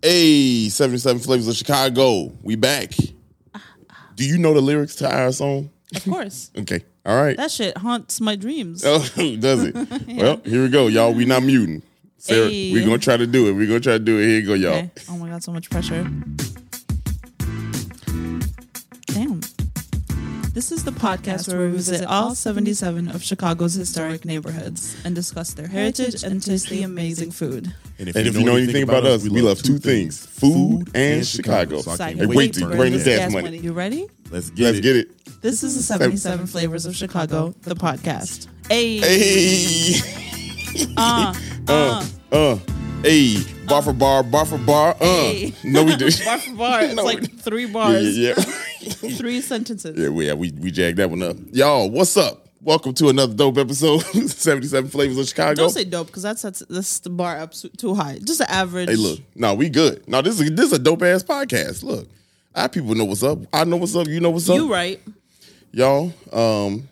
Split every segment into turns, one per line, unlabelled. Hey, 77 Flavors of Chicago. We back. Do you know the lyrics to our song?
Of course.
Okay. All right.
That shit haunts my dreams.
Oh, does it? Well, here we go, y'all. We not muting. Sarah,
Hey.
we're gonna try to do it. We're gonna try to do it. Here you go, y'all.
Okay. Oh my god, so much pressure. Damn. This is the podcast where we visit all 77 of Chicago's historic neighborhoods and discuss their heritage and taste the amazing food.
And if you know anything about us, we love two things: food and Chicago.
So I
Hey,
can't
wait
to
to bring this ass money.
You ready?
Let's get
Let's
it.
get it.
This is the 77 Flavors of Chicago, the podcast. Hey.
Hey,
Uh, uh,
uh, hey, bar for bar, bar for bar. Uh,
Hey.
no, we do.
bar for bar. It's
No.
like three
Yeah,
bars,
yeah, yeah.
three sentences.
Yeah, we, yeah, we we jagged that one up. Y'all, what's up? Welcome to another dope episode, 77 Flavors of Chicago.
Don't say dope because that's, that's that's the bar up su- too high. Just an average.
hey, look, no, we good. No, this is this is a dope ass podcast. Look, our people know what's up. I know what's up. You know what's up.
you right.
Y'all, um,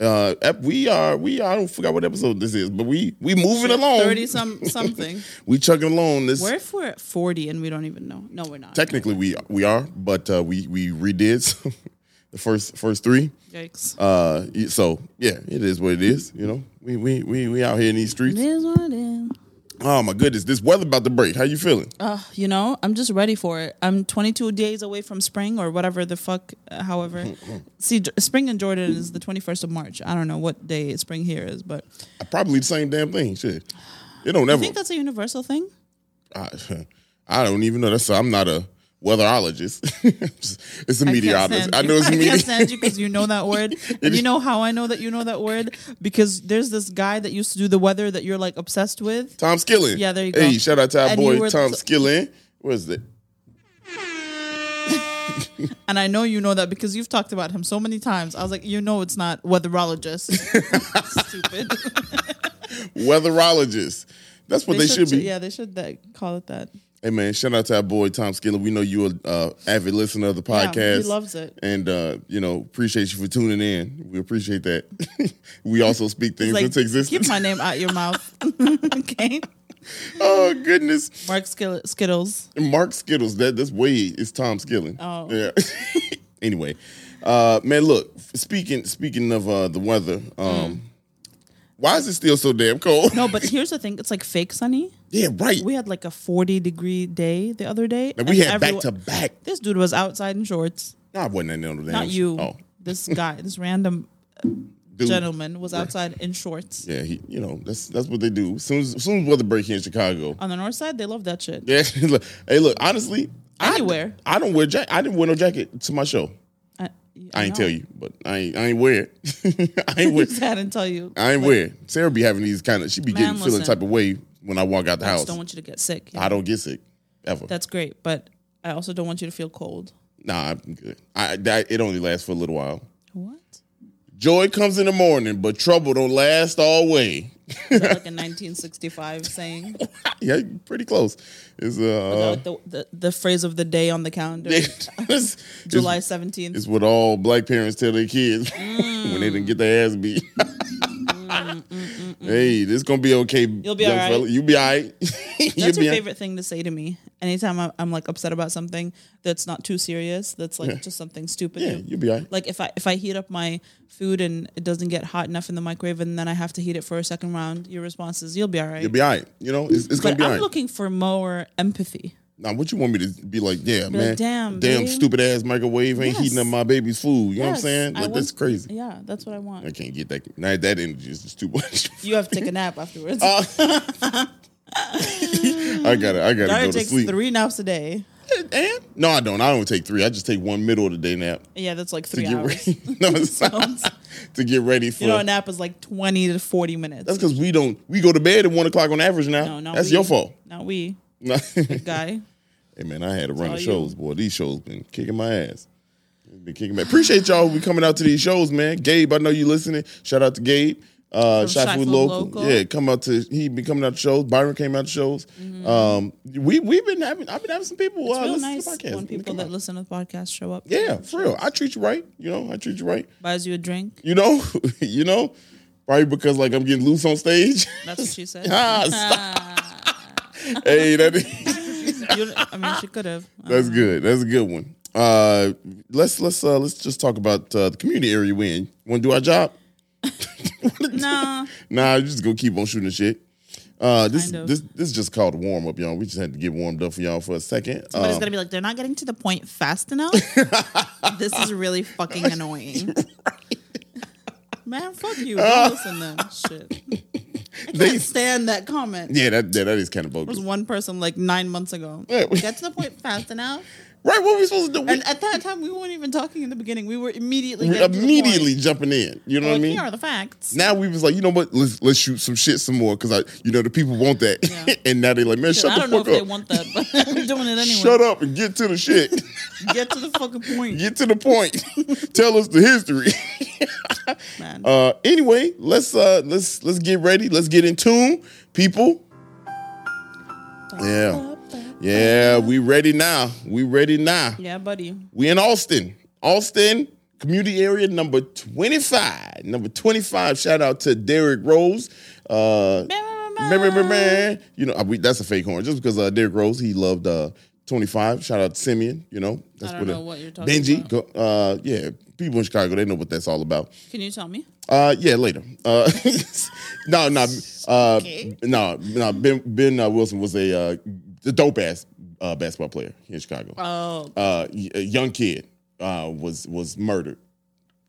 uh, ep- we are we are, I don't forgot what episode this is, but we we moving along.
Thirty some something.
We chugging along. This
What if we're at forty and we don't even know? No, we're not.
technically we we are, but uh, we we redid some, the first first three.
Yikes.
Uh, so yeah, it is what it is. You know, we we we we out here in these streets.
it is what it is.
Oh my goodness, this weather about to break. How you feeling?
Uh, you know, I'm just ready for it. I'm 22 days away from spring or whatever the fuck. Uh, however,
Hmm,
see, J- spring in Jordan is the 21st of March. I don't know what day spring here is, but
I probably the same damn thing. Shit, it don't
I
ever.
think that's a universal thing.
I, I don't even know. That's I'm not a weatherologist. it's a
I can't
meteorologist.
stand
I
you.
know it's a
I can't
meteorologist.
stand you because you know that word. and you know how I know that you know that word because there's this guy that used to do the weather that you're like obsessed with.
Tom Skillen.
Yeah, there you
Hey,
go.
shout out to our
And you
boy
were-
Tom Skillen. Where's that?
And I know you know that because you've talked about him so many times. I was like, you know, it's not weatherologist. Stupid.
Weatherologist. That's what they, should, be.
Yeah, they should that, call it that.
Hey man, shout out to our boy Tom Skillen. We know you a uh, avid listener of the podcast.
Yeah, he loves it.
and uh, you know appreciate you for tuning in. We appreciate that. we also speak things
Like,
into existence.
keep my name out your mouth. okay.
oh goodness,
Mark Skill- Skittles.
Mark Skittles. That that's way it's Tom Skillen.
Oh.
yeah. anyway, uh, man, look. Speaking speaking of uh, the weather, um, why is it still so damn cold?
Mm. No, but here's the thing. It's like fake sunny.
yeah, right.
We had like a 40 degree day the other day.
And we
and
had back
everyone-
to back.
This dude was outside in shorts.
No, I wasn't in no damn.
Not you.
Oh,
This guy, this random
dude.
gentleman was outside in shorts.
Yeah, he, you know that's that's what they do. Soon as soon as weather break here in Chicago,
On the north side, they love that shit.
Yeah. look, hey, look. Honestly,
Anywhere.
I, I don't wear jacket. I didn't wear no jacket to my show.
I,
I ain't
know.
tell you, but I ain't, I ain't wear it. I ain't wear.
I didn't tell you.
I ain't wear it. Sarah be having these kind of. She be
Man,
getting feeling
listen.
type of way when I walk out the
I
house.
just don't want you to get sick. Yeah.
I don't get sick ever.
That's great, but I also don't want you to feel cold.
nah, I'm good. I that, it only lasts for a little while.
What?
Joy comes in the morning, but trouble don't last always.
Is that like a 1965 saying?
Ah, yeah, pretty close. It's uh,
Like the, the, the phrase of the day on the calendar,
it's-
July
It's,
17th.
it's what all black parents tell their kids when they
Mm.
didn't get their ass beat. Hey, this gonna be okay. You'll
be all right.
You be all right. You'll
That's
be
your
all-
favorite thing to say to me. Anytime I'm, I'm like upset about something that's not too serious, that's like just something stupid.
Yeah, you'll be all right.
like if I if I heat up my food and it doesn't get hot enough in the microwave and then I have to heat it for a second round, your response is you'll be all right.
You'll be all right. You know, it's, it's gonna
but
be all
I'm
right.
looking for more empathy.
now, what you want me to be like? Yeah,
like,
man.
"Damn, babe."
stupid ass microwave ain't heating up
Yes.
my baby's food. You know what I'm
Yes,
saying?
I
Like that's
want-
crazy.
Yeah, that's what I want.
I can't get that. Now that energy is just too much.
You have to take a nap afterwards.
Ah, I gotta, I gotta
Dara
go to
takes
sleep.
three naps a day.
And no, I don't. I don't take three. I just take one middle of the day nap
Yeah, that's like
to
three
get
hours.
ready. no, it's
Sounds-
to get ready for.
You know, a nap is like twenty to forty minutes.
that's because we don't. We go to bed at one o'clock on average now.
No, not
that's
we.
your fault.
Not we,
No.
guy.
Hey man, I had to run
all
of
you.
shows, boy. These shows been kicking my ass. Been kicking my appreciate y'all who be coming out to these shows, man. Gabe, I know you listening. Shout out to Gabe. Uh
From
Shot
Shot
Food
Food
Local.
Local.
Yeah, come out to he been coming out to shows. Byron came out to shows. Um we we've been having I've been having some people uh,
Mm-hmm. Real
listen
nice
to the podcast.
when people
Come
that
out.
listen to the podcast show up.
yeah, for real. I treat you right. You know, I treat you right.
buys you a drink.
You know, you know, probably because like I'm getting loose on stage.
That's what she said.
Ah, stop. hey, Ah, that
You- I mean, she could have.
That's good. That's a good one. Uh, let's let's uh, let's just talk about uh, the community area we in. Want to do our job?
Nah.
Nah, just go keep on shooting the shit. Uh, this
Kind of.
this this is just called warm up, y'all. We just had to get warmed up for y'all for a second.
But
Uh,
it's gonna be like they're not getting to the point fast enough. this is really fucking annoying. Man, fuck you. Don't listen to them. Shit. I can't
Uh. They-
stand that comment.
yeah, that, that that is kind of
There
bogus.
was one person like nine months ago.
Yeah.
Get to the point fast enough.
Right? What are we supposed to do? We-
And at that time, we weren't even talking in the beginning. We were immediately
We're
getting to the point.
immediately jumping in. You know
Like,
what I mean?
Here are the facts.
Now we was like, you know what? Let's let's shoot some shit some more because I, you know, the people want that.
Yeah.
and now they like, man, shut
I
the
don't know if
fuck
they
up.
want that, but we're doing it anyway.
Shut up and get to the shit.
Get to the fucking point,
get to the point. Tell us the history.
man.
Uh, anyway, let's uh, let's let's get ready. Let's get in tune, people. Yeah, yeah, we ready now. We ready now.
yeah, buddy.
We in Austin, Austin community area number twenty five. Number twenty five. Shout out to Derrick Rose. Uh, man, man, man, man. You know, I- we, that's a fake horn. Just because uh, Derrick Rose, he loved uh, 25. Shout out to Simeon. You know, that's
I don't know what you're talking
Benji, go- uh, yeah, people in Chicago, they know what that's all about.
Can you tell me?
Uh, yeah, later. Uh, no, no, uh,
Okay.
no, no. Ben Ben uh, Wilson was a uh, a dope ass uh, basketball player here in Chicago.
Oh,
Uh, y- a young kid uh, was was murdered,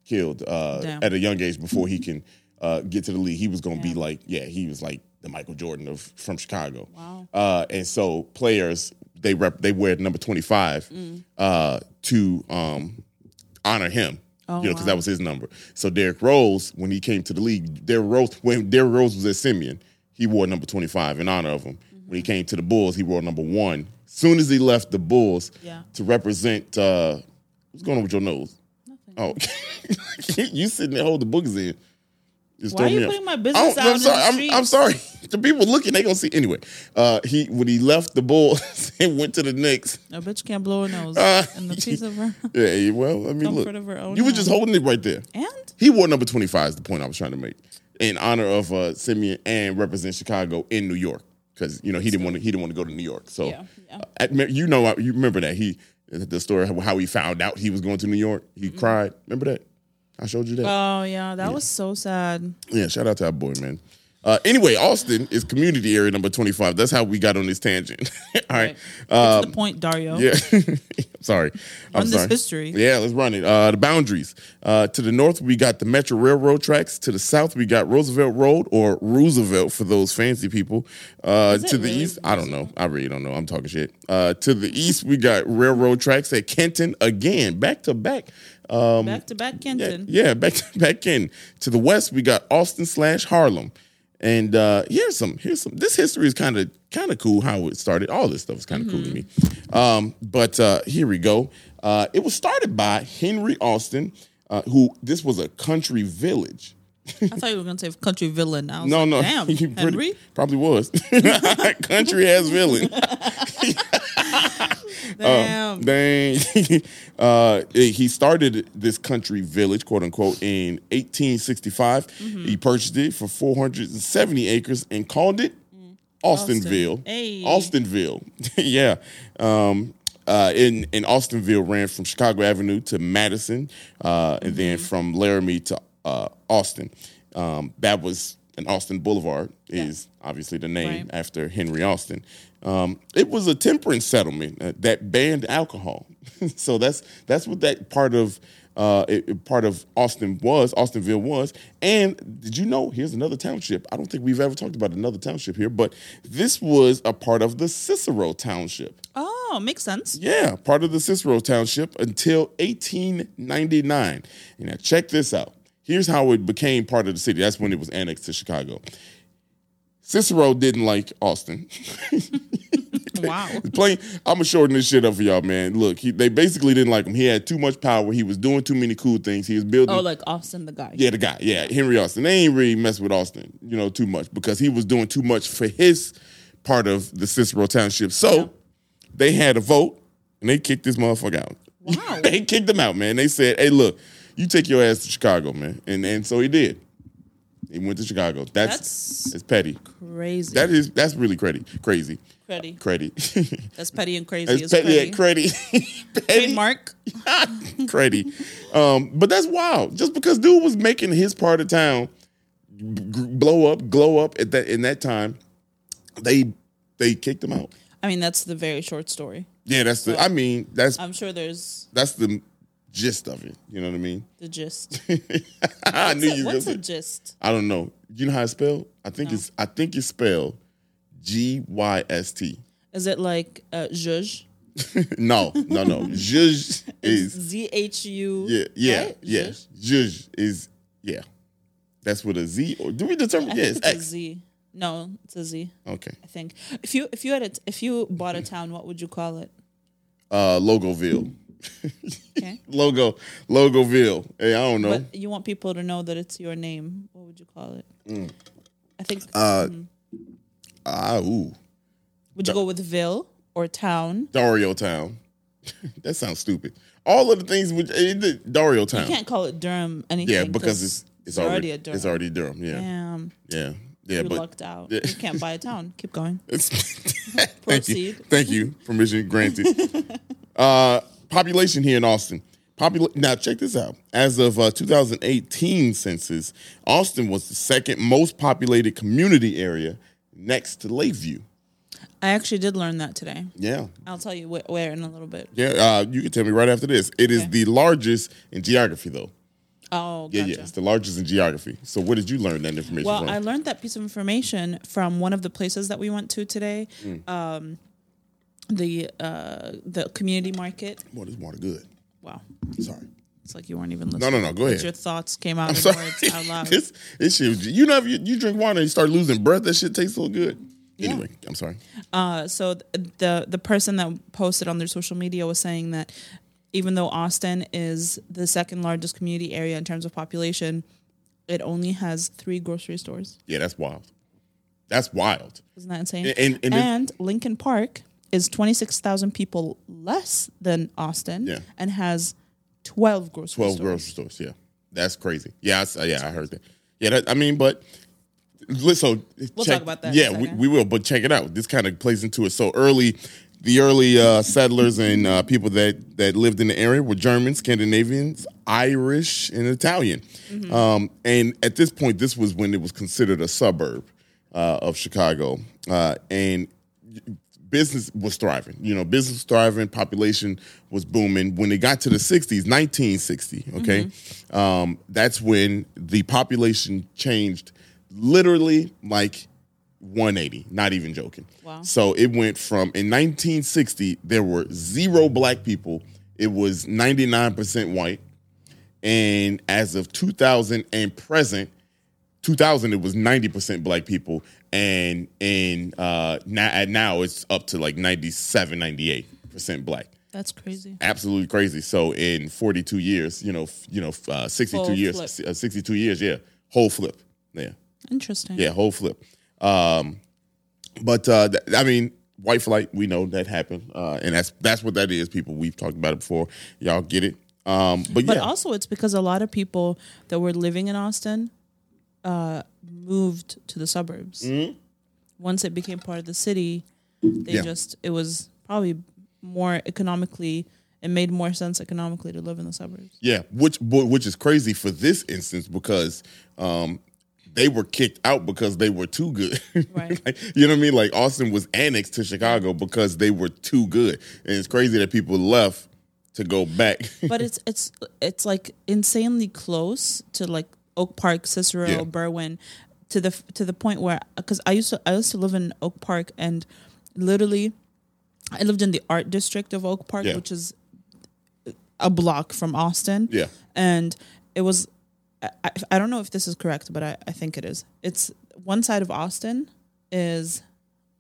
killed uh,
Damn.
at a young age before he can uh, get to the league. He was gonna be like, yeah, he was like the Michael Jordan of from Chicago.
Wow.
Uh, and so players they rep they wear number twenty five
Mm.
uh, to um, honor him.
Oh,
you know, because
wow.
that was his number. So Derrick Rose, when he came to the league, Derrick Rose when Derrick Rose was at Simeon, he wore number twenty five in honor of him.
Mm-hmm.
When he came to the Bulls, he wore number one. Soon as he left the Bulls
Yeah.
to represent, uh, what's going on with your nose?
Nothing.
Oh, you sitting there holding the boogies in. Just
Why
throw
are you
me off.
putting my
I
business
don't-
out
I'm sorry.
in
I'm,
the
I'm sorry. The people looking, they gonna see anyway. Uh, he when he left the Bulls and went to the Knicks.
A bitch can't blow her nose
Uh,
in the piece of her.
Yeah, yeah, well, I mean,
Comfort
look,
of her own
you were
hand.
just holding it right there.
And
He wore number twenty five. Is the point I was trying to make in honor of uh, Simeon and represent Chicago in New York because you know he didn't want to he didn't want to go to New York. So
Yeah, yeah.
uh, at- you know you remember that he the story of how he found out he was going to New York. He
Mm-hmm.
cried. Remember that? I showed you that.
oh yeah, that was so sad.
Yeah, shout out to our boy, man. Uh, anyway, Austin is community area number 25. That's how we got on this tangent. All right. um,
That's the point, Dario.
Yeah. sorry. I'm
Run this
sorry.
history.
Yeah, let's run it. Uh, the boundaries. Uh, to the north, we got the Metro Railroad tracks. To the south, we got Roosevelt Road or Roosevelt for those fancy people. Uh,
it
to the
really
east, I don't know. I really don't know. I'm talking shit. Uh, to the east, we got railroad tracks at Kenton again, back to back. Um,
Back to back,
yeah,
Kenton.
yeah, back back in to the west, we got Austin slash Harlem, and uh, here's some here's some. This history is kind of kind of cool how it started. All this stuff is kind of cool to me.
Mm-hmm.
Um, but uh, here we go. Uh, it was started by Henry Austin, uh, who this was a country village.
I thought you were gonna say country villain. I was
No,
like,
no,
damn,
he pretty-
Henry.
probably was country ass villain. um,
Damn,
Dang. uh, he started this country village, quote unquote, in 1865.
Mm-hmm.
He purchased it for 470 acres and called it Austinville.
Austin. Hey.
Austinville. yeah. Um, uh, in, in Austinville ran from Chicago Avenue to Madison, uh, and then
Mm-hmm.
from Laramie to uh, Austin. Um, that was an Austin Boulevard is obviously the name
Right.
after Henry Austin. Um, it was a temperance settlement uh, that banned alcohol, so that's that's what that part of uh, it- it- part of Austin was, Austinville was. And did you know? Here's another township. I don't think we've ever talked about another township here, but this was a part of the Cicero Township.
Oh, makes sense.
Yeah, part of the Cicero Township until 1899. And now check this out. Here's how it became part of the city. That's when it was annexed to Chicago. Cicero didn't like Austin.
Wow.
Plain, I'm gonna shorten this shit up for y'all, man. Look, he, they basically didn't like him. He had too much power. He was doing too many cool things. He was building.
Oh, like Austin the guy.
Yeah, the guy. Yeah, Henry Austin. They ain't really mess with Austin, you know, too much because he was doing too much for his part of the Cicero Township. So they had a vote and they kicked this motherfucker out.
Wow.
they kicked him out, man. They said, "Hey, look, you take your ass to Chicago, man," and and so he did. He went to Chicago. That's,
That's-
it's petty.
Crazy.
That is that's really crazy. Crazy.
Crazy.
Crazy.
That's petty and crazy.
It's
It's
petty, yeah,
petty.
crazy. petty.
Trademark.
Crady. Um, but that's wild. Just because dude was making his part of town g- blow up, glow up at that in that time, they they kicked him out.
I mean, that's the very short story.
Yeah, that's the. I mean, that's
I'm sure there's
that's the gist of it. You know what I mean?
the gist.
I knew you.
What's
Was
the gist?
I don't know. You know how it's spelled? I think it's I think it's spelled G Y S T.
Is it like uh, zhuzh?
No, no, no. Zhuzh is
Z H U.
Yeah, yeah,
right?
yeah.
Zhuzh?
Zhuzh is yeah. That's with a Z or do we determine?
I
Yeah,
think
it's
it's a
X.
Z. No, it's a Z.
Okay.
I think if you if you had a t- if you bought a town, what would you call it?
Uh Logoville.
Okay,
Logo Logoville. Hey, I don't know.
but you want people to know that it's your name. What would you call it?
Mm.
I think
Uh,
mm,
ah ooh.
would you go with Ville or town?
Dario Town. that sounds stupid. All of the things with eh, Dario Town.
You can't call it Durham anything.
Yeah, because it's it's
you're
already,
a Durham.
it's already Durham. Yeah. Yeah.
Damn,
Yeah.
you
but
lucked out. You can't buy a town. Keep going.
Thank you.
Proceed.
Thank you. Permission granted. uh, population here in Austin. Popula- now, check this out. As of uh, 2018 census, Austin was the second most populated community area next to Lakeview.
I actually did learn that today.
Yeah.
I'll tell you wh- where in a little bit.
Yeah. Uh, you can tell me right after this. It is
Okay.
the largest in geography, though.
Oh,
Yeah,
gotcha.
yeah. It's the largest in geography. So, where did you learn that information
Well,
from?
I learned that piece of information from one of the places that we went to today,
Hmm.
um, the uh, the community market.
Boy, this water good.
Wow,
Sorry.
it's like you weren't even listening.
No, no, no. Go ahead.
Your thoughts came out in
Sorry.
words out loud.
this, this shit, was- you know, if you, you drink water and you start losing breath, that shit tastes so good. Anyway, I'm sorry.
Uh, so th- the the person that posted on their social media was saying that even though Austin is the second largest community area in terms of population, it only has three grocery stores.
Yeah, that's wild. That's wild.
Isn't that insane?
And-
And,
and- and it-
Lincoln Park is 26,000 people less than Austin
Yeah.
and has 12 grocery
12
stores.
grocery stores. Yeah, that's crazy. Yeah, I, s- yeah, I heard that. Yeah, that, I mean, but let's so we'll
talk about that in a
Yeah, we,
second.
we will. But check it out. This kind of plays into it. So early, the early uh, settlers and uh, people that that lived in the area were Germans, Scandinavians, Irish, and Italian. Um, and at this point, this was when it was considered a suburb uh, of Chicago, uh, and business was thriving. You know, business was thriving, population was booming. When it got to the 60s, 1960, okay, um, that's when the population changed literally like 180, not even joking.
Wow.
So it went from in 1960, there were zero black people, it was 99% white. And as of 2000 and present, 2000 it was 90% black people and and uh now and now it's up to like 97 98% black
That's crazy.
absolutely crazy so in 42 years you know f- you know f- uh, 62
Full
years
flip.
uh, 62 years yeah whole flip yeah
Interesting.
yeah whole flip um but uh th- i mean white flight we know that happened uh and that's that's what that is people we've talked about it before y'all get it um but,
But
yeah
also, it's because a lot of people that were living in Austin uh, moved to the suburbs. Once it became part of the city, they
Mm-hmm. Yeah.
just, it was probably more economically, it made more sense economically to live in the suburbs.
Yeah, which bu- which is crazy for this instance because um, they were kicked out because they were too good.
Right.
Like, you know what I mean? Like Austin was annexed to Chicago because they were too good, and it's crazy that people left to go back.
but it's it's it's like insanely close to like Oak Park, Cicero,
Yeah.
Berwyn, to the to the point where because I used to I used to live in Oak Park and literally I lived in the art district of Oak Park,
Yeah.
which is a block from Austin.
Yeah.
and it was I, I- I don't know if this is correct, but I, I think it is. It's one side of Austin is.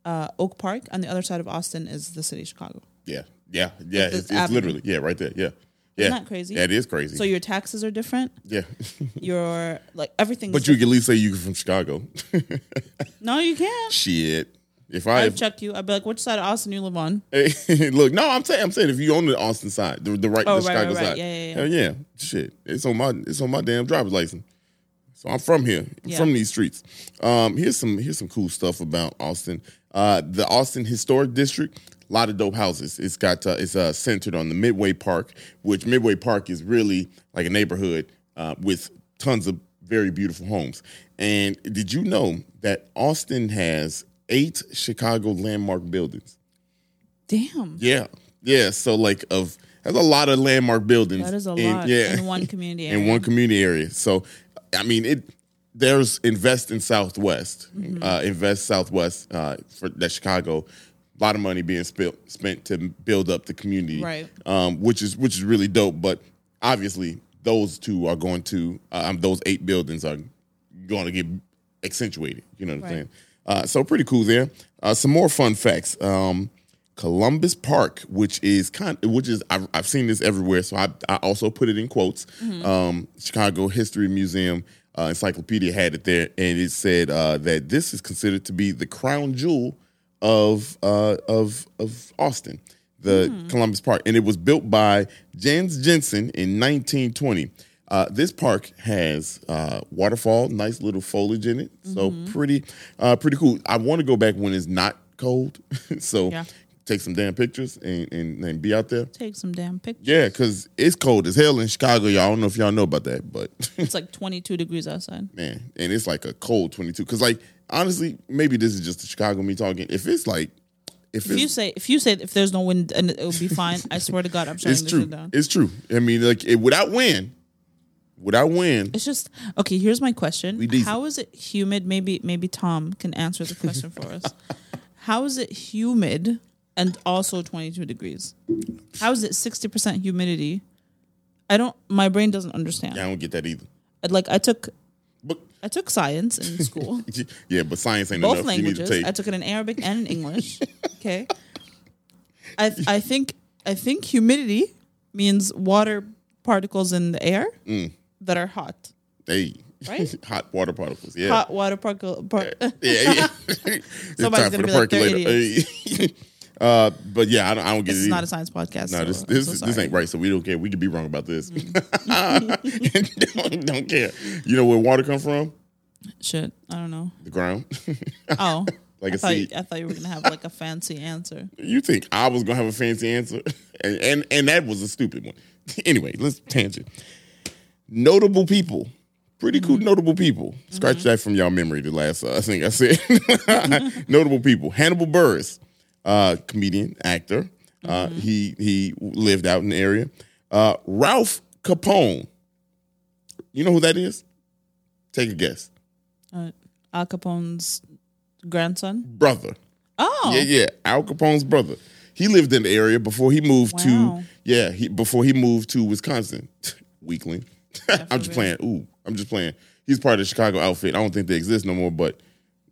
Uh, Oak Park, and the other side of Austin is the city of Chicago.
yeah, yeah, yeah. It's, it's
avenue.
literally yeah, right there. Yeah, yeah.
that crazy?
Yeah, it is crazy.
So your taxes are different.
yeah,
Your like everything.
but you can at least say you're from Chicago.
No, you can't.
Shit. If I
I've
if,
checked you. I'd be like, which side of Austin you live on?
look, no, I'm saying I'm saying if you own the Austin side, the, the right,
Oh,
the
right,
Chicago
right, right.
side,
Yeah, yeah, yeah.
Hell yeah, shit, it's on my it's on my damn driver's license. It's So I'm from here. I'm
Yeah.
from these streets. Um, here's some here's some cool stuff about Austin. Uh, the Austin Historic District, a lot of dope houses. It's got uh, it's uh, centered on the Midway Park, which Midway Park is really like a neighborhood uh, with tons of very beautiful homes. And did you know that Austin has eight Chicago landmark buildings?
Damn.
Yeah, yeah. So like of that's a lot of landmark buildings.
That is a
in-
lot
yeah,
in one community area.
in one community area. So, I mean, it there's invest in Southwest,
Mm-hmm.
uh, invest Southwest uh, for that Chicago. A lot of money being spent spent to build up the community,
Right.
Um, which is which is really dope. But obviously, those two are going to um, those eight buildings are going to get accentuated. You know what I'm
Right.
saying? Uh, so pretty cool there. Uh, some more fun facts. Um, Columbus Park, which is kind, which is I've, I've seen this everywhere, so I, I also put it in quotes.
Mm-hmm.
Um, Chicago History Museum uh, Encyclopedia had it there, and it said uh, that this is considered to be the crown jewel of uh, of of Austin, the Columbus Park, and it was built by Jens Jensen in 1920. Uh, this park has uh, waterfall, nice little foliage in it, so pretty, uh, pretty cool. I want to go back when it's not cold, so
Yeah.
take some damn pictures and, and, and be out there.
Take some damn pictures.
Yeah, because it's cold as hell in Chicago, y'all. I don't know if y'all know about that, but
It's like 22 degrees outside.
man, and it's like a cold 22. Because, like, honestly, maybe this is just the Chicago me talking. If it's like, if,
If you
it's,
say if you say if there's no wind and it'll be fine, I swear to God, I'm shutting
it's
this
true,
shit down.
it's true. I mean, like, it, without wind, without wind,
It's just okay. Here's my question:
decent.
How is it humid? Maybe maybe Tom can answer the question for us. How is it humid and also 22 degrees? How is it 60 percent humidity? I don't. My brain doesn't understand.
I don't get that either.
I'd Like I took
But
I took science in school,
yeah, but science ain't
both
enough.
languages.
You need to
I
take.
took it in Arabic and in English. Okay. I I think I think humidity means water particles in the air
Mm.
that are hot.
Hey,
Right?
hot water particles. Yeah,
Hot water particle. Par-
yeah, yeah. It's
Somebody's
time for
gonna
the
be like, they're
percolator. uh, but yeah, I don't, I don't get
This
it.
is
either.
not a science podcast.
No,
so
this
I'm
this,
so
this
sorry.
ain't right. So we don't care. We could be wrong about this.
Mm-hmm.
don't, don't care. You know where water come from?
Shit, I don't know.
The ground.
Oh,
Like
I
a
thought, you,
seed.
I thought you were gonna have like a fancy answer.
you think I was gonna have a fancy answer? And and, and that was a stupid one. anyway, let's tangent. Notable people. Pretty cool notable people. Scratch that from y'all memory. The last uh, thing I said. notable people. Hannibal Burris, uh, comedian, actor. Uh, He he lived out in the area. Uh, Ralph Capone. You know who that is? Take a guess.
Uh, Al Capone's grandson.
Brother.
Oh,
Yeah, yeah. Al Capone's brother. He lived in the area before he moved
Wow.
to yeah, he before he moved to Wisconsin. Weakling. I'm just playing. Ooh, I'm just playing. He's part of the Chicago outfit. I don't think they exist no more, but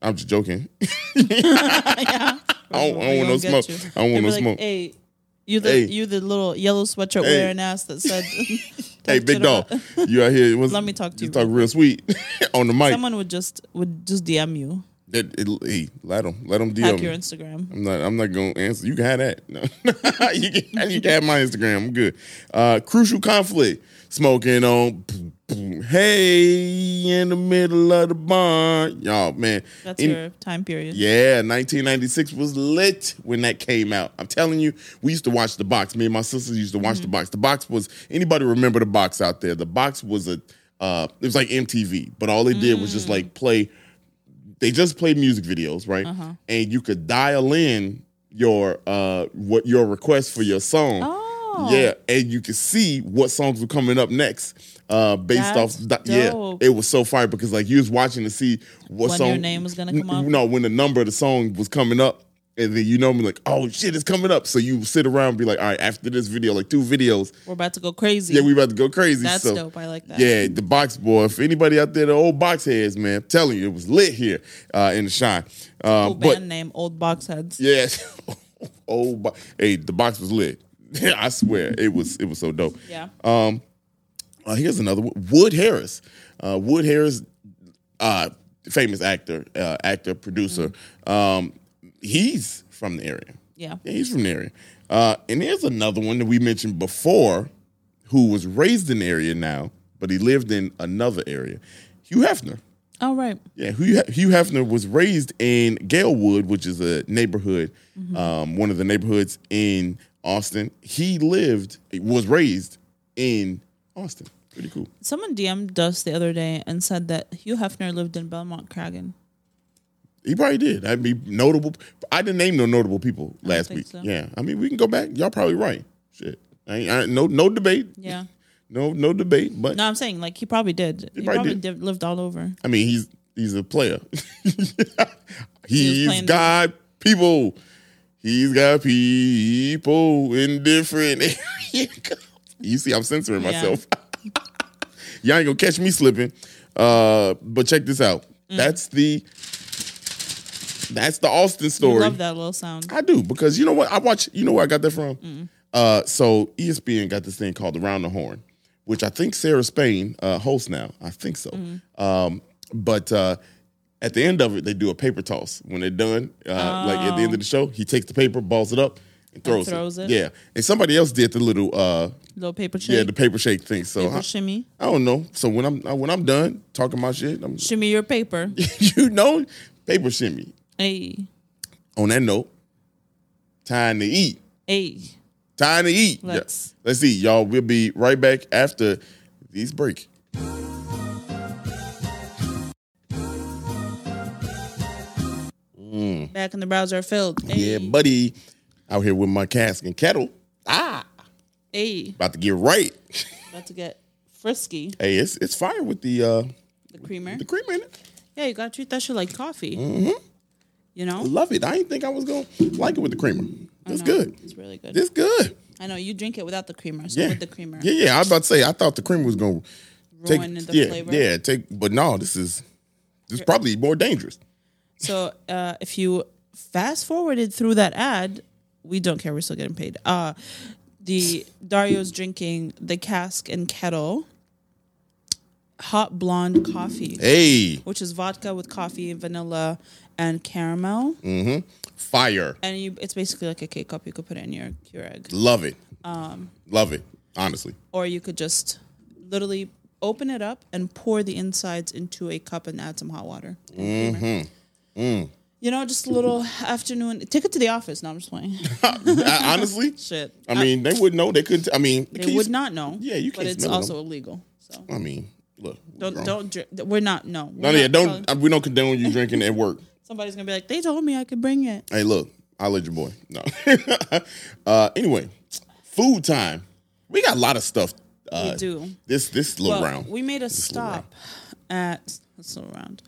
I'm just joking. I don't, I don't want no smoke. I don't want no smoke. Hey,
Hey, you the
Hey.
you the little yellow sweatshirt
Hey.
wearing ass that said. talk shit
big dog,
about-
you out here? what's-
Let me talk to
just
you.
Talk real sweet on the mic.
Someone would just would just DM you,
That, it, hey, let him, let him
hack
deal.
your Instagram.
I'm not. I'm not gonna answer. You can have that. No. you, can, you can have my Instagram. I'm good. Uh, crucial conflict. Smoking on. Hey, in the middle of the barn, y'all, man.
That's
In-
your time period.
yeah, 1996 was lit when that came out. I'm telling you, we used to watch the box. Me and my sisters used to watch the box. The box was anybody remember the box out there? The box was a uh, it was like MTV, but all they did was just like play. They just played music videos, right? And you could dial in your uh what your request for your song.
Oh.
Yeah, and you could see what songs were coming up next, uh, based
That's
off.
dope.
Yeah, it was so fire because like you was watching to see what
When
song
your name was gonna come up?
no, when the number of the song was coming up, and then you know me like, oh shit, it's coming up. So you sit around and be like, all right, after this video, like two videos,
We're about to go crazy.
yeah, we about to go crazy.
That's
so,
dope. I like that.
Yeah, the box boy. If anybody out there, the old box heads, man, I'm telling you, it was lit here uh, in the shine. Uh,
Cool
but
band name, old box heads.
yeah, old bo- hey, the box was lit. I swear, it was it was so dope.
Yeah.
Uh, here's another one. Wood Harris. Uh, Wood Harris, uh, famous actor, uh, actor, producer. Um, he's from the area.
yeah.
Yeah, he's from the area. Uh, and there's another one that we mentioned before who was raised in the area now, but he lived in another area. Hugh Hefner.
Oh right.
Yeah, Hugh, Hugh Hefner was raised in Galewood, which is a neighborhood, um, one of the neighborhoods in Austin. He lived, was raised in Austin. Pretty cool.
Someone DM'd us the other day and said that Hugh Hefner lived in Belmont Cragen.
He probably did. I mean, notable. I didn't name no notable people last
think
week.
so.
Yeah, I mean, we can go back. Y'all probably right. Shit, I, ain't- I, no, no debate.
Yeah.
No, no debate. But
No, I'm saying like he probably did. He,
probably
probably,
did.
did- lived all over.
I mean, he's he's a player.
He was
he's
playing-
got people. He's got people in different areas. You see, I'm censoring
Yeah.
myself. Y'all ain't gonna catch me slipping. Uh, but check this out.
Mm.
That's the that's the Austin
I
story.
Love that little sound.
I do because you know what I watch. You know where I got that from. Uh, so ESPN got this thing called Around the Horn, which I think Sarah Spain uh, hosts now. I think so.
Mm-hmm.
Um, but uh, at the end of it, they do a paper toss. When they're done, uh, like at the end of the show, he takes the paper, balls it up, and throws,
Oh. throws it.
Yeah, and somebody else did the little uh,
Little paper shake.
yeah the paper shake thing. So
paper
I,
shimmy.
I don't know. So when I'm when I'm done talking my shit, I'm,
Shimmy your paper.
you know, paper shimmy.
hey.
On that note, time to eat.
Hey.
Time to eat.
Let's-
Yeah. Let's eat, y'all. We'll be right back after these break.
Back in the browser filled. Hey.
Yeah, buddy. Out here with my cask and kettle. Ah,
Hey.
about to get right.
About to get frisky.
Hey, it's it's fire with the uh
The creamer.
the cream in it.
Yeah, you gotta treat that shit like coffee.
Mm-hmm.
You know?
Love it. I didn't think I was gonna like it with the creamer. It's
No,
good.
It's really good.
It's good.
I know you drink it without the creamer, so
Yeah.
with the creamer.
Yeah, yeah. I was about to say I thought the creamer was gonna take
Ruin the
yeah,
flavor.
Yeah, take but no, this is this is probably more dangerous.
So uh, if you fast forwarded through that ad, we don't care. We're still getting paid. Uh, the Dario's drinking the cask and kettle hot blonde coffee,
Hey,
which is vodka with coffee, vanilla, and caramel.
Mm. fire.
And you, it's basically like a K cup. You could put it in your Keurig,
Love it.
Um.
Love it. Honestly.
or you could just literally open it up and pour the insides into a cup and add some hot water. and creamer.
Mm-hmm. Mm.
You know, just a little afternoon. Take it to the office. No, I'm just playing.
I- honestly,
Shit.
I mean, they would know. They couldn't. I mean,
They would not know.
Yeah, you
But
can't
it's
smell
also illegal. So
I mean, look. we
don't
grown.
don't drink. We're not. No. We're
No, yeah,
not telling-
don't. uh, We don't condone you drinking at work.
somebody's gonna be like, they told me I could bring it.
Hey, look, I'll let your boy. No. uh, anyway, food time. We got a lot of stuff. Uh,
we do.
This this little
Well,
round.
we made a stop at that's little round.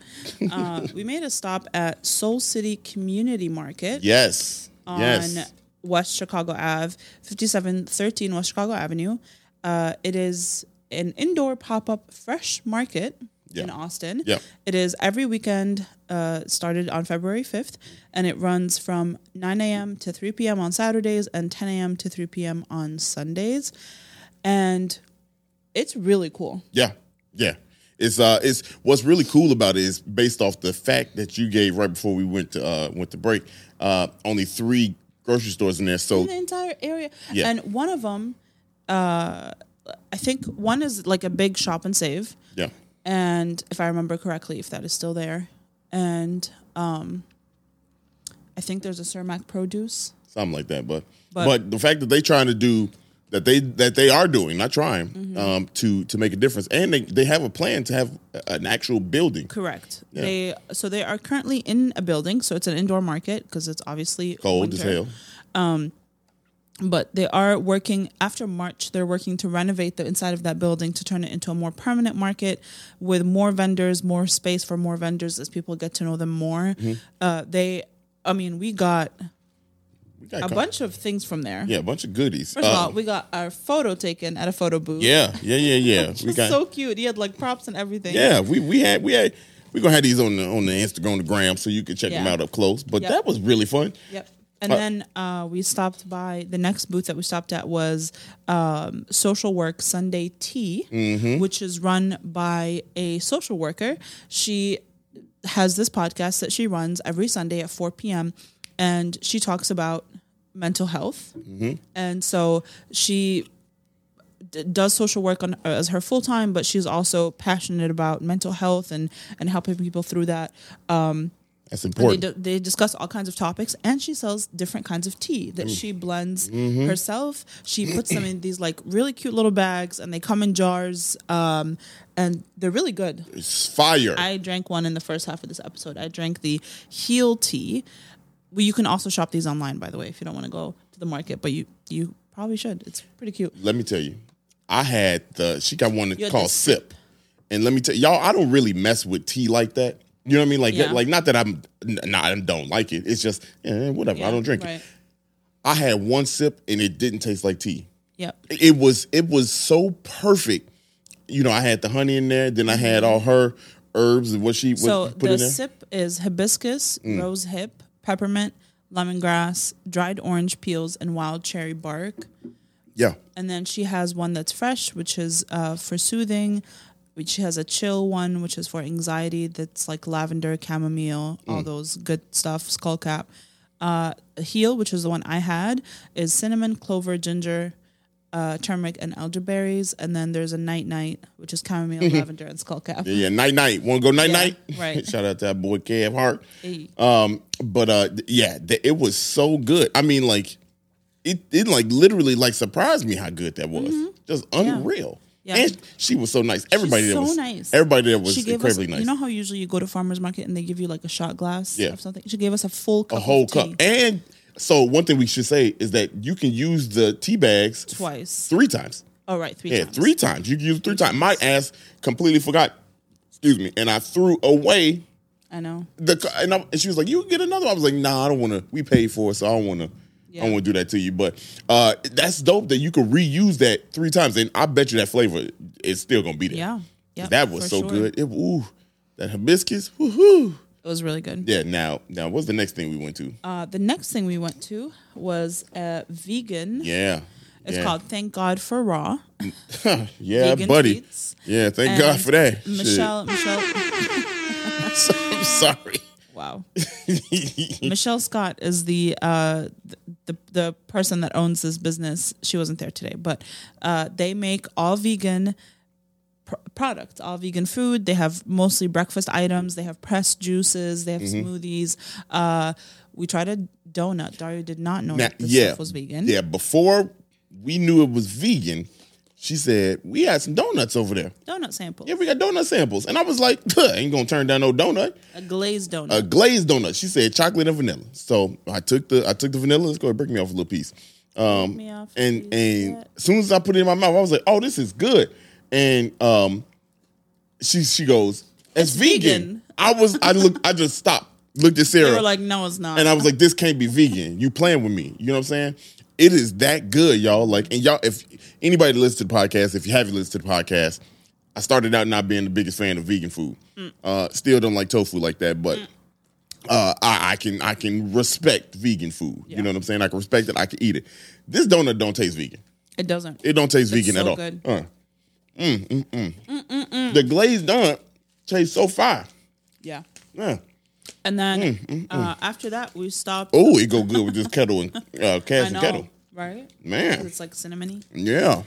Uh, we made a stop at Soul City Community Market
yes.
on
yes.
West Chicago Ave, fifty-seven thirteen West Chicago Avenue. Uh, it is an indoor pop-up fresh market in
Yeah.
Austin.
Yeah.
It is every weekend, uh, started on February 5th, and it runs from 9 a.m. to 3 p.m. on Saturdays and 10 a.m. to 3 p.m. on Sundays. And it's really cool.
Yeah, yeah. It's uh, it's what's really cool about it is based off the fact that you gave right before we went to uh went to break. Uh, only three grocery stores in there, so
The entire area.
Yeah.
And one of them, uh, I think one is like a big shop and save.
yeah,
and if I remember correctly, if that is still there, and um, I think there's a Cermak Produce.
something like that. But, but
But-
the fact that they trying to do that they that they are doing, not trying,
Mm-hmm.
um, to to make a difference, and they they have a plan to have a- an actual building
Correct. They so they are currently in a building, so it's an indoor market because it's obviously
cold as
winter.
hell.
But they are working after March. They're working to renovate the inside of that building to turn it into a more permanent market with more vendors, more space for more vendors as people get to know them more.
Mm-hmm.
Uh, they, I mean, we got
We got
a
co-
bunch of things from there.
yeah, a bunch of goodies.
First
Uh,
of all, we got our photo taken at a photo booth.
yeah, yeah, yeah, yeah. we
It's
got
so cute. He had like props and everything.
yeah. We we had we had. We're gonna have these on the on the Instagram on the gram so you can check them
Yeah.
out up close. But
Yep.
that was really fun.
Yep. And
Uh,
then uh, we stopped by the next booth that we stopped at was um, Social Work Sunday Tea, which is run by a social worker. She has this podcast that she runs every Sunday at 4 p.m. and she talks about mental health. And so she d- does social work on, as her full time, but she's also passionate about mental health and and helping people through that.
That's
And they,
important.
d- they discuss all kinds of topics, and she sells different kinds of tea that
Mm.
she blends
Mm-hmm.
herself. She puts them in these like really cute little bags, and they come in jars, um, and they're really good.
It's fire.
I drank one in the first half of this episode. I drank the heel tea. Well, you can also shop these online, by the way, if you don't want to go to the market, but you you probably should. It's pretty cute.
let me tell you, I had the she got one
You
that's
had
called
the
sip.
sip.
and let me tell y'all, I don't really mess with tea like that. You know what I mean? Like, that-
Yeah.
like not that I'm n- not I don't like it. It's just eh, whatever. I don't drink
right.
it. I had one sip and it didn't taste like tea.
Yep.
It was it was so perfect. You know, I had the honey in there. Then I had all her herbs and what she what
Mm-hmm. So
put in
the
there. Mm.
sip is hibiscus, rose hip, peppermint, lemongrass, dried orange peels, and wild cherry bark.
yeah,
And then she has one that's fresh, which is uh, for soothing. Which she has a chill one, which is for anxiety. That's like lavender, chamomile, all
Mm.
those good stuff. Skullcap. Uh, heal, which is the one I had, is cinnamon, clover, ginger, uh, turmeric, and elderberries. And then there's a night night, which is chamomile, lavender, and skullcap.
yeah. Night night. Want to go night night?
right.
Shout out to that boy Kev Hart.
Hey.
Um, but uh, th- yeah, th- it was so good. I mean, like it, it like literally like surprised me how good that was. Just unreal.
Mm-hmm. Yeah.
And she was so nice. Everybody there
so
was
nice.
Everybody there was
she gave us,
incredibly nice.
you know how usually you go to farmers market and they give you like a shot glass
Yeah.
of something. She gave us a full cup,
a whole
of tea
cup. And so one thing we should say is that you can use the tea bags
twice.
three times.
All right, three
Yeah,
times.
three times. You can use it three times. My ass completely forgot. Excuse me. And I threw away
I know.
the cu- and, I, and she was like, "You can get another." one." I was like, "Nah, I don't want to. We paid for it, so I don't want to. I don't
Yeah.
want to do that to you." But uh, that's dope that you could reuse that three times, and I bet you that flavor is still gonna be there.
Yeah.
'Cause
Yep,
that was
for
so
sure.
good. It ooh, that hibiscus. Woohoo!
It was really good.
Yeah. Now, now, what's the next thing we went to?
Uh, the next thing we went to was a vegan.
yeah,
It's
yeah.
called Thank God for Raw.
Yeah,
vegan
buddy.
treats.
Yeah, thank God
And
for that. Shit.
Michelle, Michelle,
I'm sorry.
wow. Michelle Scott is the, uh, th- the the person that owns this business. She wasn't there today, but uh, they make all vegan pr- products, all vegan food. They have mostly breakfast items. They have pressed juices. They have
Mm-hmm.
smoothies. Uh, we tried a donut. Dario did not know
Now,
that this
yeah,
stuff was vegan.
Yeah, before we knew it was vegan, she said we had some donuts over there.
Donut sample.
yeah, we got donut samples. And I was like, "Huh, ain't gonna turn down no donut.
A glazed donut.
A glazed donut. She said chocolate and vanilla. So I took the I took the vanilla. Let's go ahead, break me off a little piece. Um
me off a
and
piece.
and as soon as I put it in my mouth, I was like, oh, this is good. And um she she goes, It's, vegan.
vegan.
I was I look I just stopped, looked at
they
Sarah.
were like, no, it's not.
And I was like, this can't be vegan. You playing with me. You know what I'm saying? It is that good, y'all. Like, and y'all, if anybody that listens to the podcast, if you haven't listened to the podcast, I started out not being the biggest fan of vegan food.
Mm.
Uh, still don't like tofu like that, but uh, I, I can I can respect vegan food. You know what I'm saying? I can respect it. I can eat it. This donut don't taste vegan.
it doesn't.
It don't taste vegan
so
at all.
good.
Uh. Mm, mm, mm. The glazed donut tastes so fire.
yeah.
Yeah.
And then Uh, after that, we stopped.
Mm, Oh, it go good with this kettle and uh,
I
cash and
know,
kettle.
right? 'Cause
Man,
It's like cinnamony.
yeah.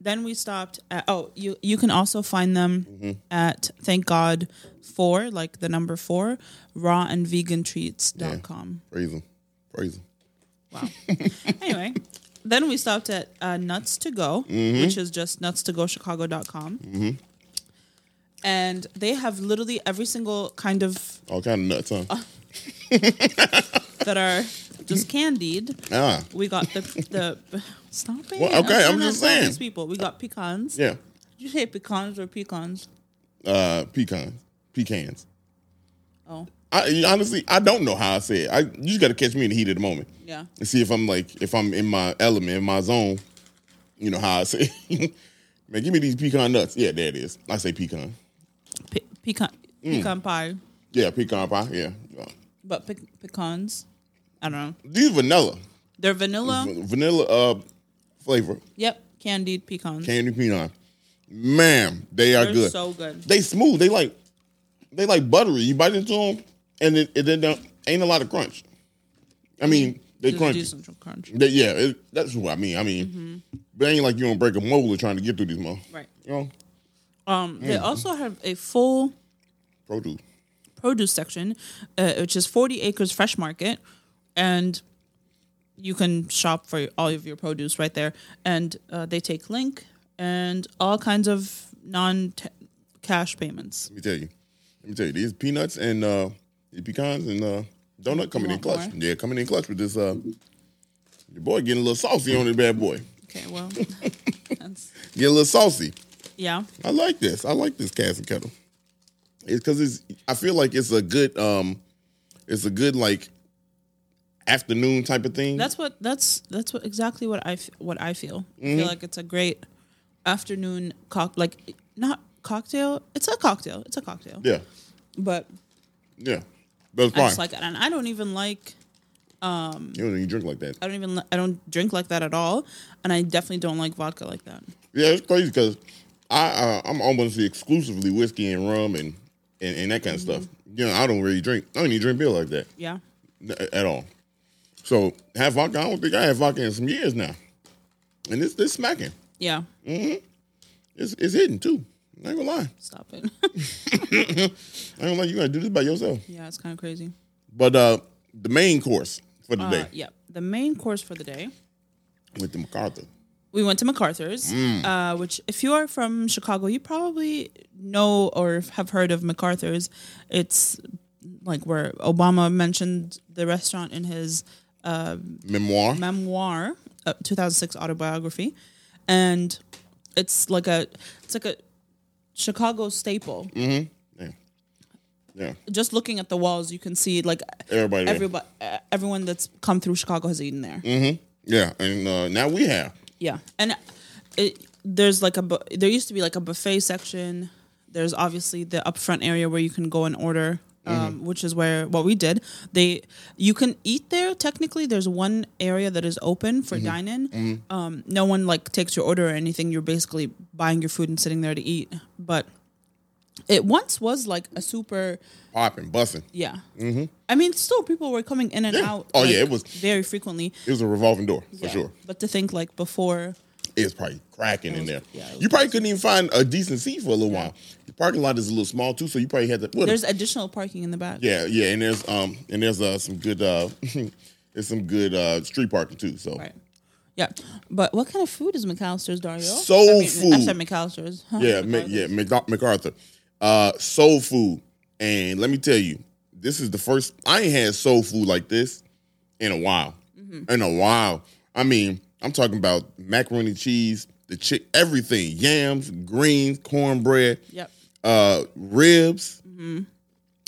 Then we stopped. At, oh, you you can also find them
Mm-hmm.
at Thank God for like the number four raw and vegan treats.com.
Praise him. Praise him.
anyway, then we stopped at uh, Nuts to Go,
Mm-hmm.
which is just nuts to go chicago.com. Mm-hmm. And they have literally every single kind of
All kind of nuts, huh?
Uh. that are just candied.
ah,
We got the the stop it.
Well, okay, I'm
trying to
just
help
saying.
these people. We got pecans.
yeah.
Did you say pecans or pecans?
Uh, pecans. Pecans.
Oh,
I honestly, I don't know how I say it. I you just got to catch me in the heat of the moment
yeah.
and see if I'm like if I'm in my element, in my zone. You know how I say. it. Man, give me these pecan nuts. Yeah, there it is. I say pecan.
Pe- pecan
Mm.
pecan pie,
Yeah, pecan pie. Yeah. Yeah.
but pe- pecans. I don't know.
These vanilla,
They're vanilla.
vanilla uh flavor,
Yep, candied pecans.
candy pecan. Man, they are
They're
good.
so good.
they smooth. They like they like buttery. You bite into them, and then and then there ain't a lot of crunch. I mean, They
do
crunchy.
Mm-hmm. do some crunch.
That- yeah, it, that's what I mean. I mean, but it ain't like you don't break a molar trying to get through these months.
Right.
You know,
Um, They
Mm.
also have a full
produce.
produce section, uh, which is 40 acres fresh market, and you can shop for all of your produce right there. And uh, they take link and all kinds of non cash payments.
Let me tell you. Let me tell you. These peanuts and uh, these pecans and uh, donut coming in
want
clutch.
more?
Yeah, coming in clutch with this. Uh, your boy getting a little saucy on the bad boy.
Okay, well, that's
Get a little saucy.
yeah,
I like this. I like this cast and kettle. It's because it's. I feel like it's a good. Um, it's a good like afternoon type of thing.
that's what that's that's what exactly what I f- what I feel. I feel like it's a great afternoon cock like not cocktail. It's a cocktail. It's a cocktail,
yeah,
but
yeah. That's
I
fine.
just like it, and I don't even like.
you don't even drink like that.
I don't even li- I don't drink like that at all, and I definitely don't like vodka like that.
Yeah, it's crazy because I uh, I'm almost exclusively whiskey and rum and and, and that kind of stuff.
Mm-hmm.
You know, I don't really drink. I don't even drink beer like that
Yeah,
n- at all. So have vodka. I don't think I have vodka in some years now, and it's it's smacking.
yeah.
It's it's hidden too. I ain't gonna lie.
Stop it.
I ain't gonna lie. You gotta do this by yourself.
yeah, it's kind of crazy.
But uh, the main course for the
Uh,
day
yeah, the main course for the day.
with the MacArthur.
We went to MacArthur's, uh, which, if you are from Chicago, you probably know or have heard of MacArthur's. It's like where Obama mentioned the restaurant in his
Memoir.
memoir, uh, 2006 autobiography, and it's like a it's like a Chicago staple.
yeah.
just looking at the walls, you can see like
Everybody there.
everybody, uh, everyone that's come through Chicago has eaten there.
Yeah. And uh, now we have.
Yeah, and it, there's like a bu- there used to be like a buffet section. There's obviously the upfront area where you can go and order, um,
Mm-hmm.
which is where what we did. They you can eat there. Technically, there's one area that is open
Mm-hmm.
for dine-in. Um, no one like takes your order or anything. You're basically buying your food and sitting there to eat. But it once was like a super
Popping, bussing.
Yeah. Mm-hmm. I mean, still people were coming in and
Yeah.
out.
Oh, yeah, it was-
very frequently.
It was a revolving door for
Yeah.
sure.
But to think like before,
It was probably cracking in
was-
there.
yeah, it was
you probably couldn't even find a decent seat for a little while. The parking lot is a little small too, so you probably had to. What a-
there's additional parking in the back.
yeah, yeah, and there's um and there's uh some good uh there's some good uh street parking too. So
Right. Yeah. But what kind of food is McAllister's, Dario?
Soul
I mean, I
food.
said McAllister's.
yeah, Ma- yeah, Mac- MacArthur, uh, soul food, and let me tell you, this is the first I ain't had soul food like this in a while.
Mm-hmm.
In a while, I mean, I'm talking about macaroni and cheese, the chick, everything, yams, greens, cornbread,
Yep.
uh, ribs. I
Mm-hmm.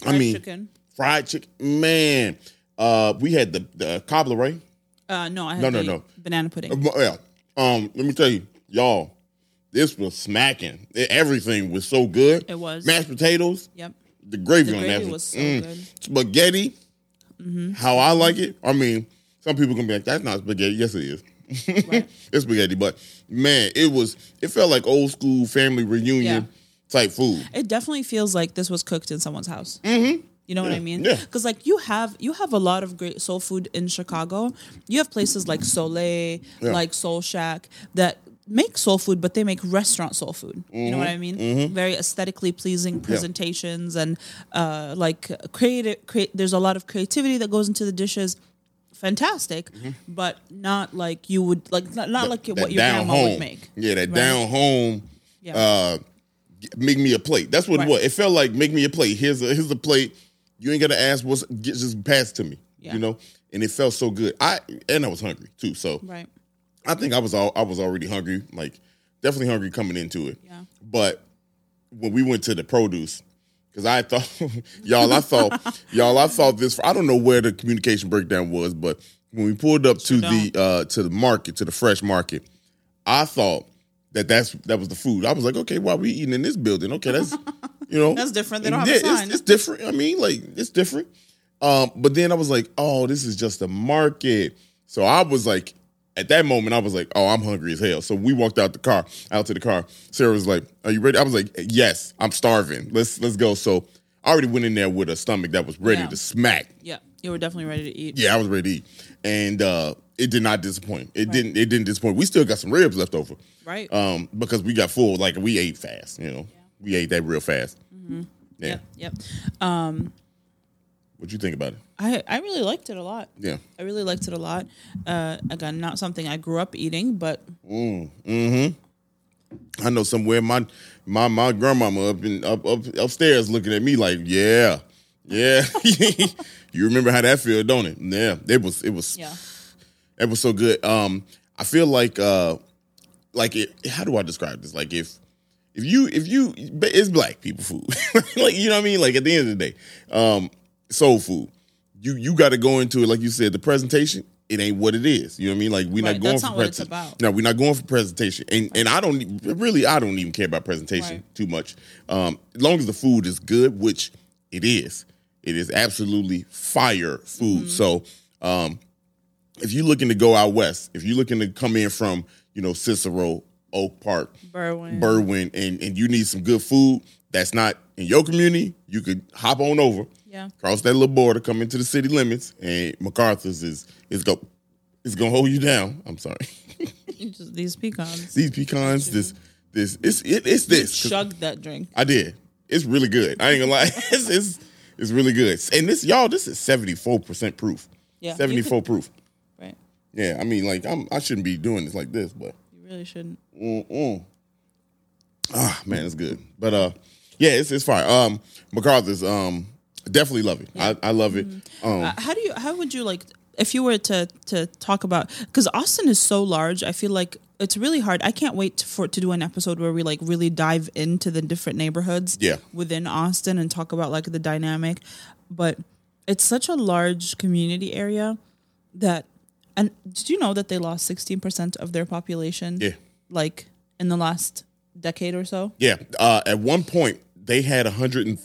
Fried
mean,
chicken.
fried chicken. Man, uh, we had the the cobbler, right?
Uh, no, I had
No, no,
the
no. Uh,
banana pudding.
Well, yeah. Um, let me tell you, y'all, this was smacking. E- Everything was so good.
It was.
mashed potatoes.
Yep.
The gravy
The
on
gravy
that Mm.
was so Mm-hmm. good.
Spaghetti. How I like it. I mean, some people gonna be like, "That's not spaghetti." Yes, it is.
Right.
it's spaghetti, but man, it was. It felt like old school family reunion
Yeah.
type food.
It definitely feels like this was cooked in someone's house. You know what I mean?
yeah.
Because like you have you have a lot of great soul food in Chicago. You have places like Soleil, like Soul Shack that make soul food, but they make restaurant soul food. You know what
Mm-hmm.
I mean? Very aesthetically pleasing presentations and uh, like creative. Create, there's a lot of creativity that goes into the dishes. Fantastic,
Mm-hmm.
but not like you would like not, not like what your grandma
home.
would make.
Yeah, that
right?
down home.
Yeah.
Uh, g- make me a plate. That's what
Right.
it was. It felt like make me a plate. Here's a here's a plate. You ain't gotta ask what's get, just pass to me.
Yeah.
You know, and it felt so good. I and I was hungry too. So
right.
I think I was all I was already hungry. Like definitely hungry coming into it.
Yeah.
But when we went to the produce. Cause I thought, y'all, I thought, y'all, I thought this. I don't know where the communication breakdown was, but when we pulled up to the uh, to the market, to the fresh market, I thought that that's that was the food. I was like, okay, why we eating in this building? Okay, that's you know
That's different. They don't have a
Yeah,
sign.
It's, it's different. I mean, like it's different. Um, but then I was like, oh, this is just a market. So I was like, at that moment, I was like, oh, I'm hungry as hell. So we walked out the car, out to the car. Sarah was like, are you ready? I was like, yes, I'm starving. Let's let's go. So I already went in there with a stomach that was ready
Yeah.
to smack.
Yeah. You were definitely ready to eat.
Yeah, I was ready to eat, and uh, it did not disappoint. It didn't. It didn't disappoint. We still got some ribs left over,
Right.
um, because we got full. Like we ate fast. You know, we ate that real fast. Yeah.
Yep. Yep.
What you think about it?
I, I really liked it a lot.
Yeah.
I really liked it a lot. Uh, again, not something I grew up eating, but
I know somewhere my my my grandmama up in up, up upstairs looking at me like, yeah, yeah. you remember how that feel, don't it? Yeah, it was it was
yeah.
it was so good. Um, I feel like uh, like it. How do I describe this? Like if if you if you but it's black people food, like you know what I mean. Like at the end of the day, um, soul food. You you got to go into it like you said. The presentation. It ain't what it is. You know what I mean? Like we're
Right,
not going
that's
for
not what it's
presentation.
about.
No, we're not going for presentation. And and I don't e- really I don't even care about presentation
Right.
too much. Um, as long as the food is good, which it is. It is absolutely fire
Mm-hmm.
food. So um, if you're looking to go out west, if you're looking to come in from, you know, Cicero, Oak Park,
Berwyn.
Berwyn, and, and you need some good food that's not in your community, you could hop on over,
Yeah.
cross that little border, come into the city limits, and MacArthur's is is go is gonna hold you down. I'm sorry.
You just- these pecans.
These pecans,
Mm-hmm.
this this it's it, it's this. 'Cause
Chugged that drink.
I did. It's really good. I ain't gonna lie. it's, it's it's really good. And this y'all, this is 74% proof.
Yeah, you could-
74 proof.
Right.
Yeah, I mean, like I'm, I shouldn't be doing this like this, but
You really shouldn't.
mm-mm. ah, man, it's good. But uh, yeah, it's it's fine. Um, MacArthur's um, definitely love it. I, I love it. Um,
Uh, how do you? How would you like? If you were to to talk about because Austin is so large, I feel like it's really hard. I can't wait to, for to do an episode where we like really dive into the different neighborhoods
Yeah.
within Austin and talk about like the dynamic. But it's such a large community area that. And did you know that they lost sixteen percent of their population?
Yeah.
like in the last decade or so.
yeah. Uh, at one point, they had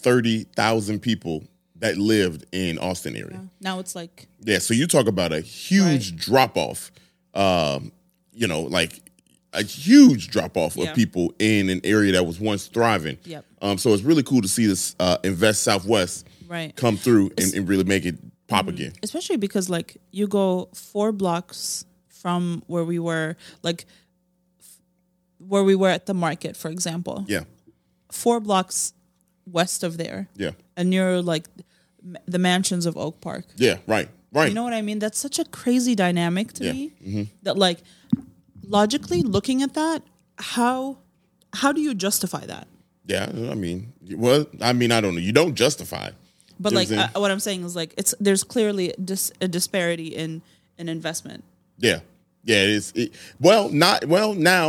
130,000 people that lived in Austin area.
Now it's like
Yeah, so you talk about a huge drop off, um, you know, like a huge drop off
Yeah.
of people in an area that was once thriving.
Yep.
Um, so it's really cool to see this uh, Invest Southwest
Right. Mm-hmm.
come through and, and really make it pop again.
especially because like you go four blocks from where we were like f- where we were at the market for example
Yeah,
four blocks west of there
yeah,
and you're like m- the mansions of oak park
yeah. Right, right.
you know what i mean that's such a crazy dynamic to
Yeah. Mm-hmm.
me that like logically looking at that how how do you justify that
yeah, I mean, well, I mean, I don't know. You don't justify. it.
But
You know
like
what I'm
uh,
saying?
what I'm saying is like it's there's clearly dis- a disparity in in investment.
Yeah, yeah. It's it, well, not well now.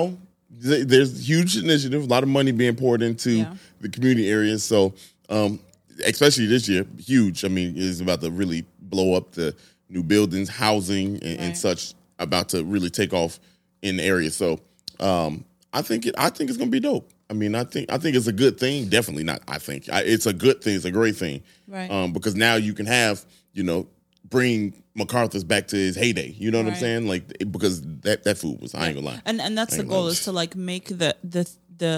th- There's huge initiative, a lot of money being poured into
Yeah.
the community areas. So, um, especially this year, huge. I mean, it's about to really blow up the new buildings, housing, and,
Right.
and such. About to really take off in the area. So, um, I think it. I think it's gonna be dope. I mean, I think I think it's a good thing. Definitely not. I think I, it's a good thing. It's a great thing.
Right.
Um, because now you can have you know bring MacArthur's back to his heyday. You know what
Right.
I'm saying? Like it- because that that food was I ain't gonna lie.
And and that's the
Ain't
goal
much.
is to like make the the the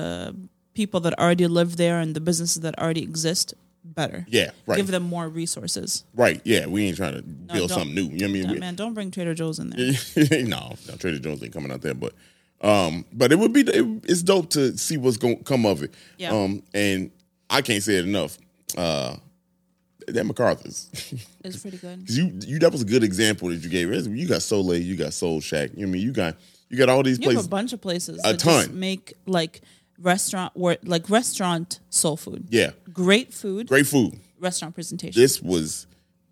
people that already live there and the businesses that already exist better.
yeah, right,
Give them more resources.
right. Yeah, we ain't trying to build
don't.
something new. You know what I mean?
Uh,
We-
man, don't bring Trader Joe's in there.
no, no, Trader Joe's ain't coming out there, but um, but it would be it, it's dope to see what's gonna come of it.
Yeah.
Um, and I can't say it enough. Uh, that MacArthur's.
It's pretty good.
'Cause you you that was a good example that you gave. You got Soleil, you got Soul Shack. You know what I mean you got you got all these
You have
places.
a bunch of places
A
that just
ton.
make like restaurant wor- like restaurant soul food.
yeah,
Great food,
great food.
restaurant presentation.
This was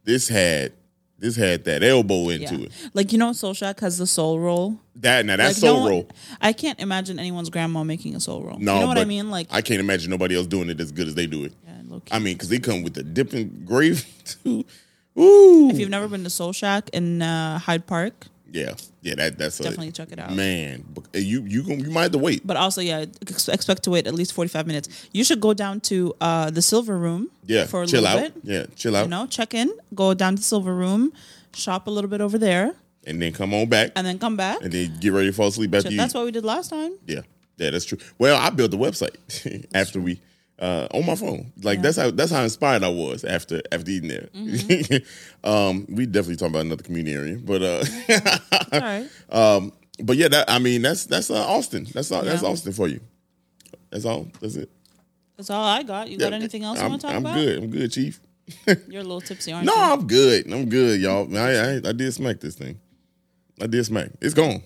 this had this had that elbow into
yeah.
it.
Like you know Soul Shack has the soul roll.
That now that's
Like,
soul
no one-
roll.
I can't imagine anyone's grandma making a soul roll.
No,
you know what I
but
mean? Like,
I can't imagine nobody else doing it as good as they do it.
Yeah, low-key.
I mean, because they come with the dipping gravy too. Ooh,
if you've never been to Soul Shack in uh, Hyde Park,
yeah, yeah. That that's a-
Definitely check it out.
man. but eh, You you gon- you might have to wait.
but also yeah, ex- expect to wait at least forty five minutes. You should go down to uh, the Silver Room.
Yeah,
for a
chill
little
out.
bit.
Yeah, chill out,
You know, check in, go down to the Silver Room, shop a little bit over there,
and then come on back,
and then come back.
and then get ready to fall asleep after you.
That's what we did last time.
Yeah, yeah, that's true. Well, I built the website after we uh, on my phone. Like that's how that's how inspired I was after after eating there.
Mm-hmm.
um, we definitely talking about another community area, but uh,
All right.
um, but yeah, that I mean that's that's uh, Austin. That's all, that's
Yeah.
Austin for you. That's all. That's it.
That's all I got. You got anything else you
I'm,
want to talk
I'm
about?
good. I'm good, Chief.
You're a little tipsy, aren't
No,
you?
I'm good. I'm good, y'all. I, I I did smack this thing. I did smack. It's gone.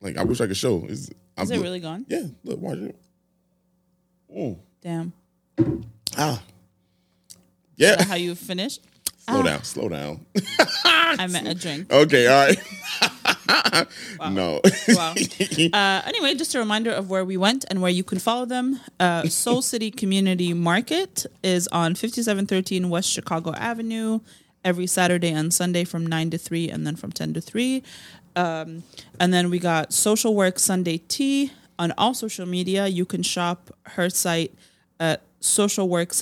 Like I wish I could show. It's, I'm
Is it
look-
really Mm. gone?
Yeah. Look, watch it. Oh.
Damn.
Ah.
Is that
Yeah.
how you finished?
Slow down. Slow down.
I meant a drink.
Okay. All right. No.
Wow. Uh, anyway, just a reminder of where we went and where you can follow them. Uh, Soul City Community Market is on 5713 West Chicago Avenue every Saturday and Sunday from 9 to 3 and then from 10 to 3. Um, and then we got Social Work Sunday Tea on all social media. You can shop her site at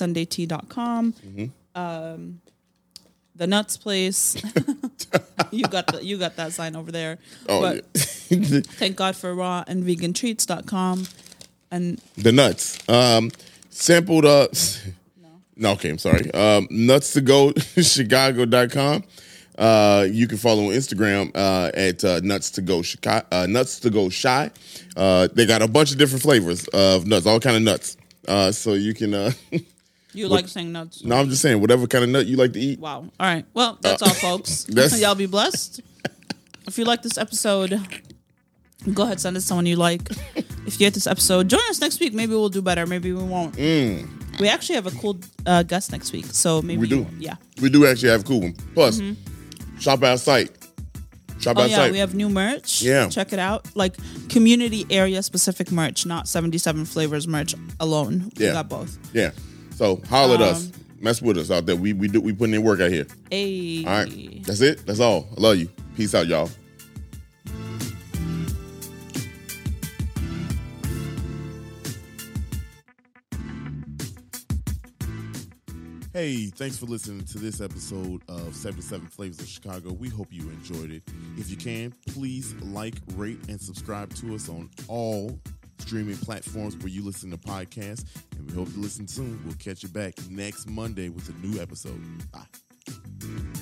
socialworksundaytea.com. Um,
Mm-hmm.
the Nuts Place. you got the, you got that sign over there.
Oh,
But-
yeah.
Thank God for raw and vegantreats.com. And
the nuts. Um, sampled uh No, okay, I'm sorry. Um, nuts to go chicago.com. Uh, you can follow on Instagram uh, at uh, nuts to go Chicago, uh, nuts to go shy. Uh, they got a bunch of different flavors of nuts, all kind of nuts. Uh, so you can. Uh,
you like saying nuts.
no, I'm just saying whatever kind of nut you like to eat.
Wow. All right. Well, that's all, folks.
Uh, that's-
Y'all be blessed. If you like this episode, go ahead, send it to someone you like. If you hate this episode, join us next week. Maybe we'll do better. Maybe we won't. We actually have a cool uh, guest next week. So maybe.
Mm. We do.
Yeah. Mm-hmm.
We do actually have a cool one. Plus, shop our site. Shop
Oh
our
yeah,
site.
we have new merch.
Yeah.
check it out. Like community area specific merch, not seventy seven flavors merch alone. We
Yeah.
got both.
yeah. So holler at us.
Um,
Mess with us out there. We we do we putting in work out here.
Hey.
All right. That's it. That's all. I love you. Peace out, y'all. Hey, thanks for listening to this episode of 77 Flavors of Chicago. We hope you enjoyed it. If you can, please like, rate, and subscribe to us on all streaming platforms where you listen to podcasts. And we hope you listen soon. We'll catch you back next Monday with a new episode. Bye.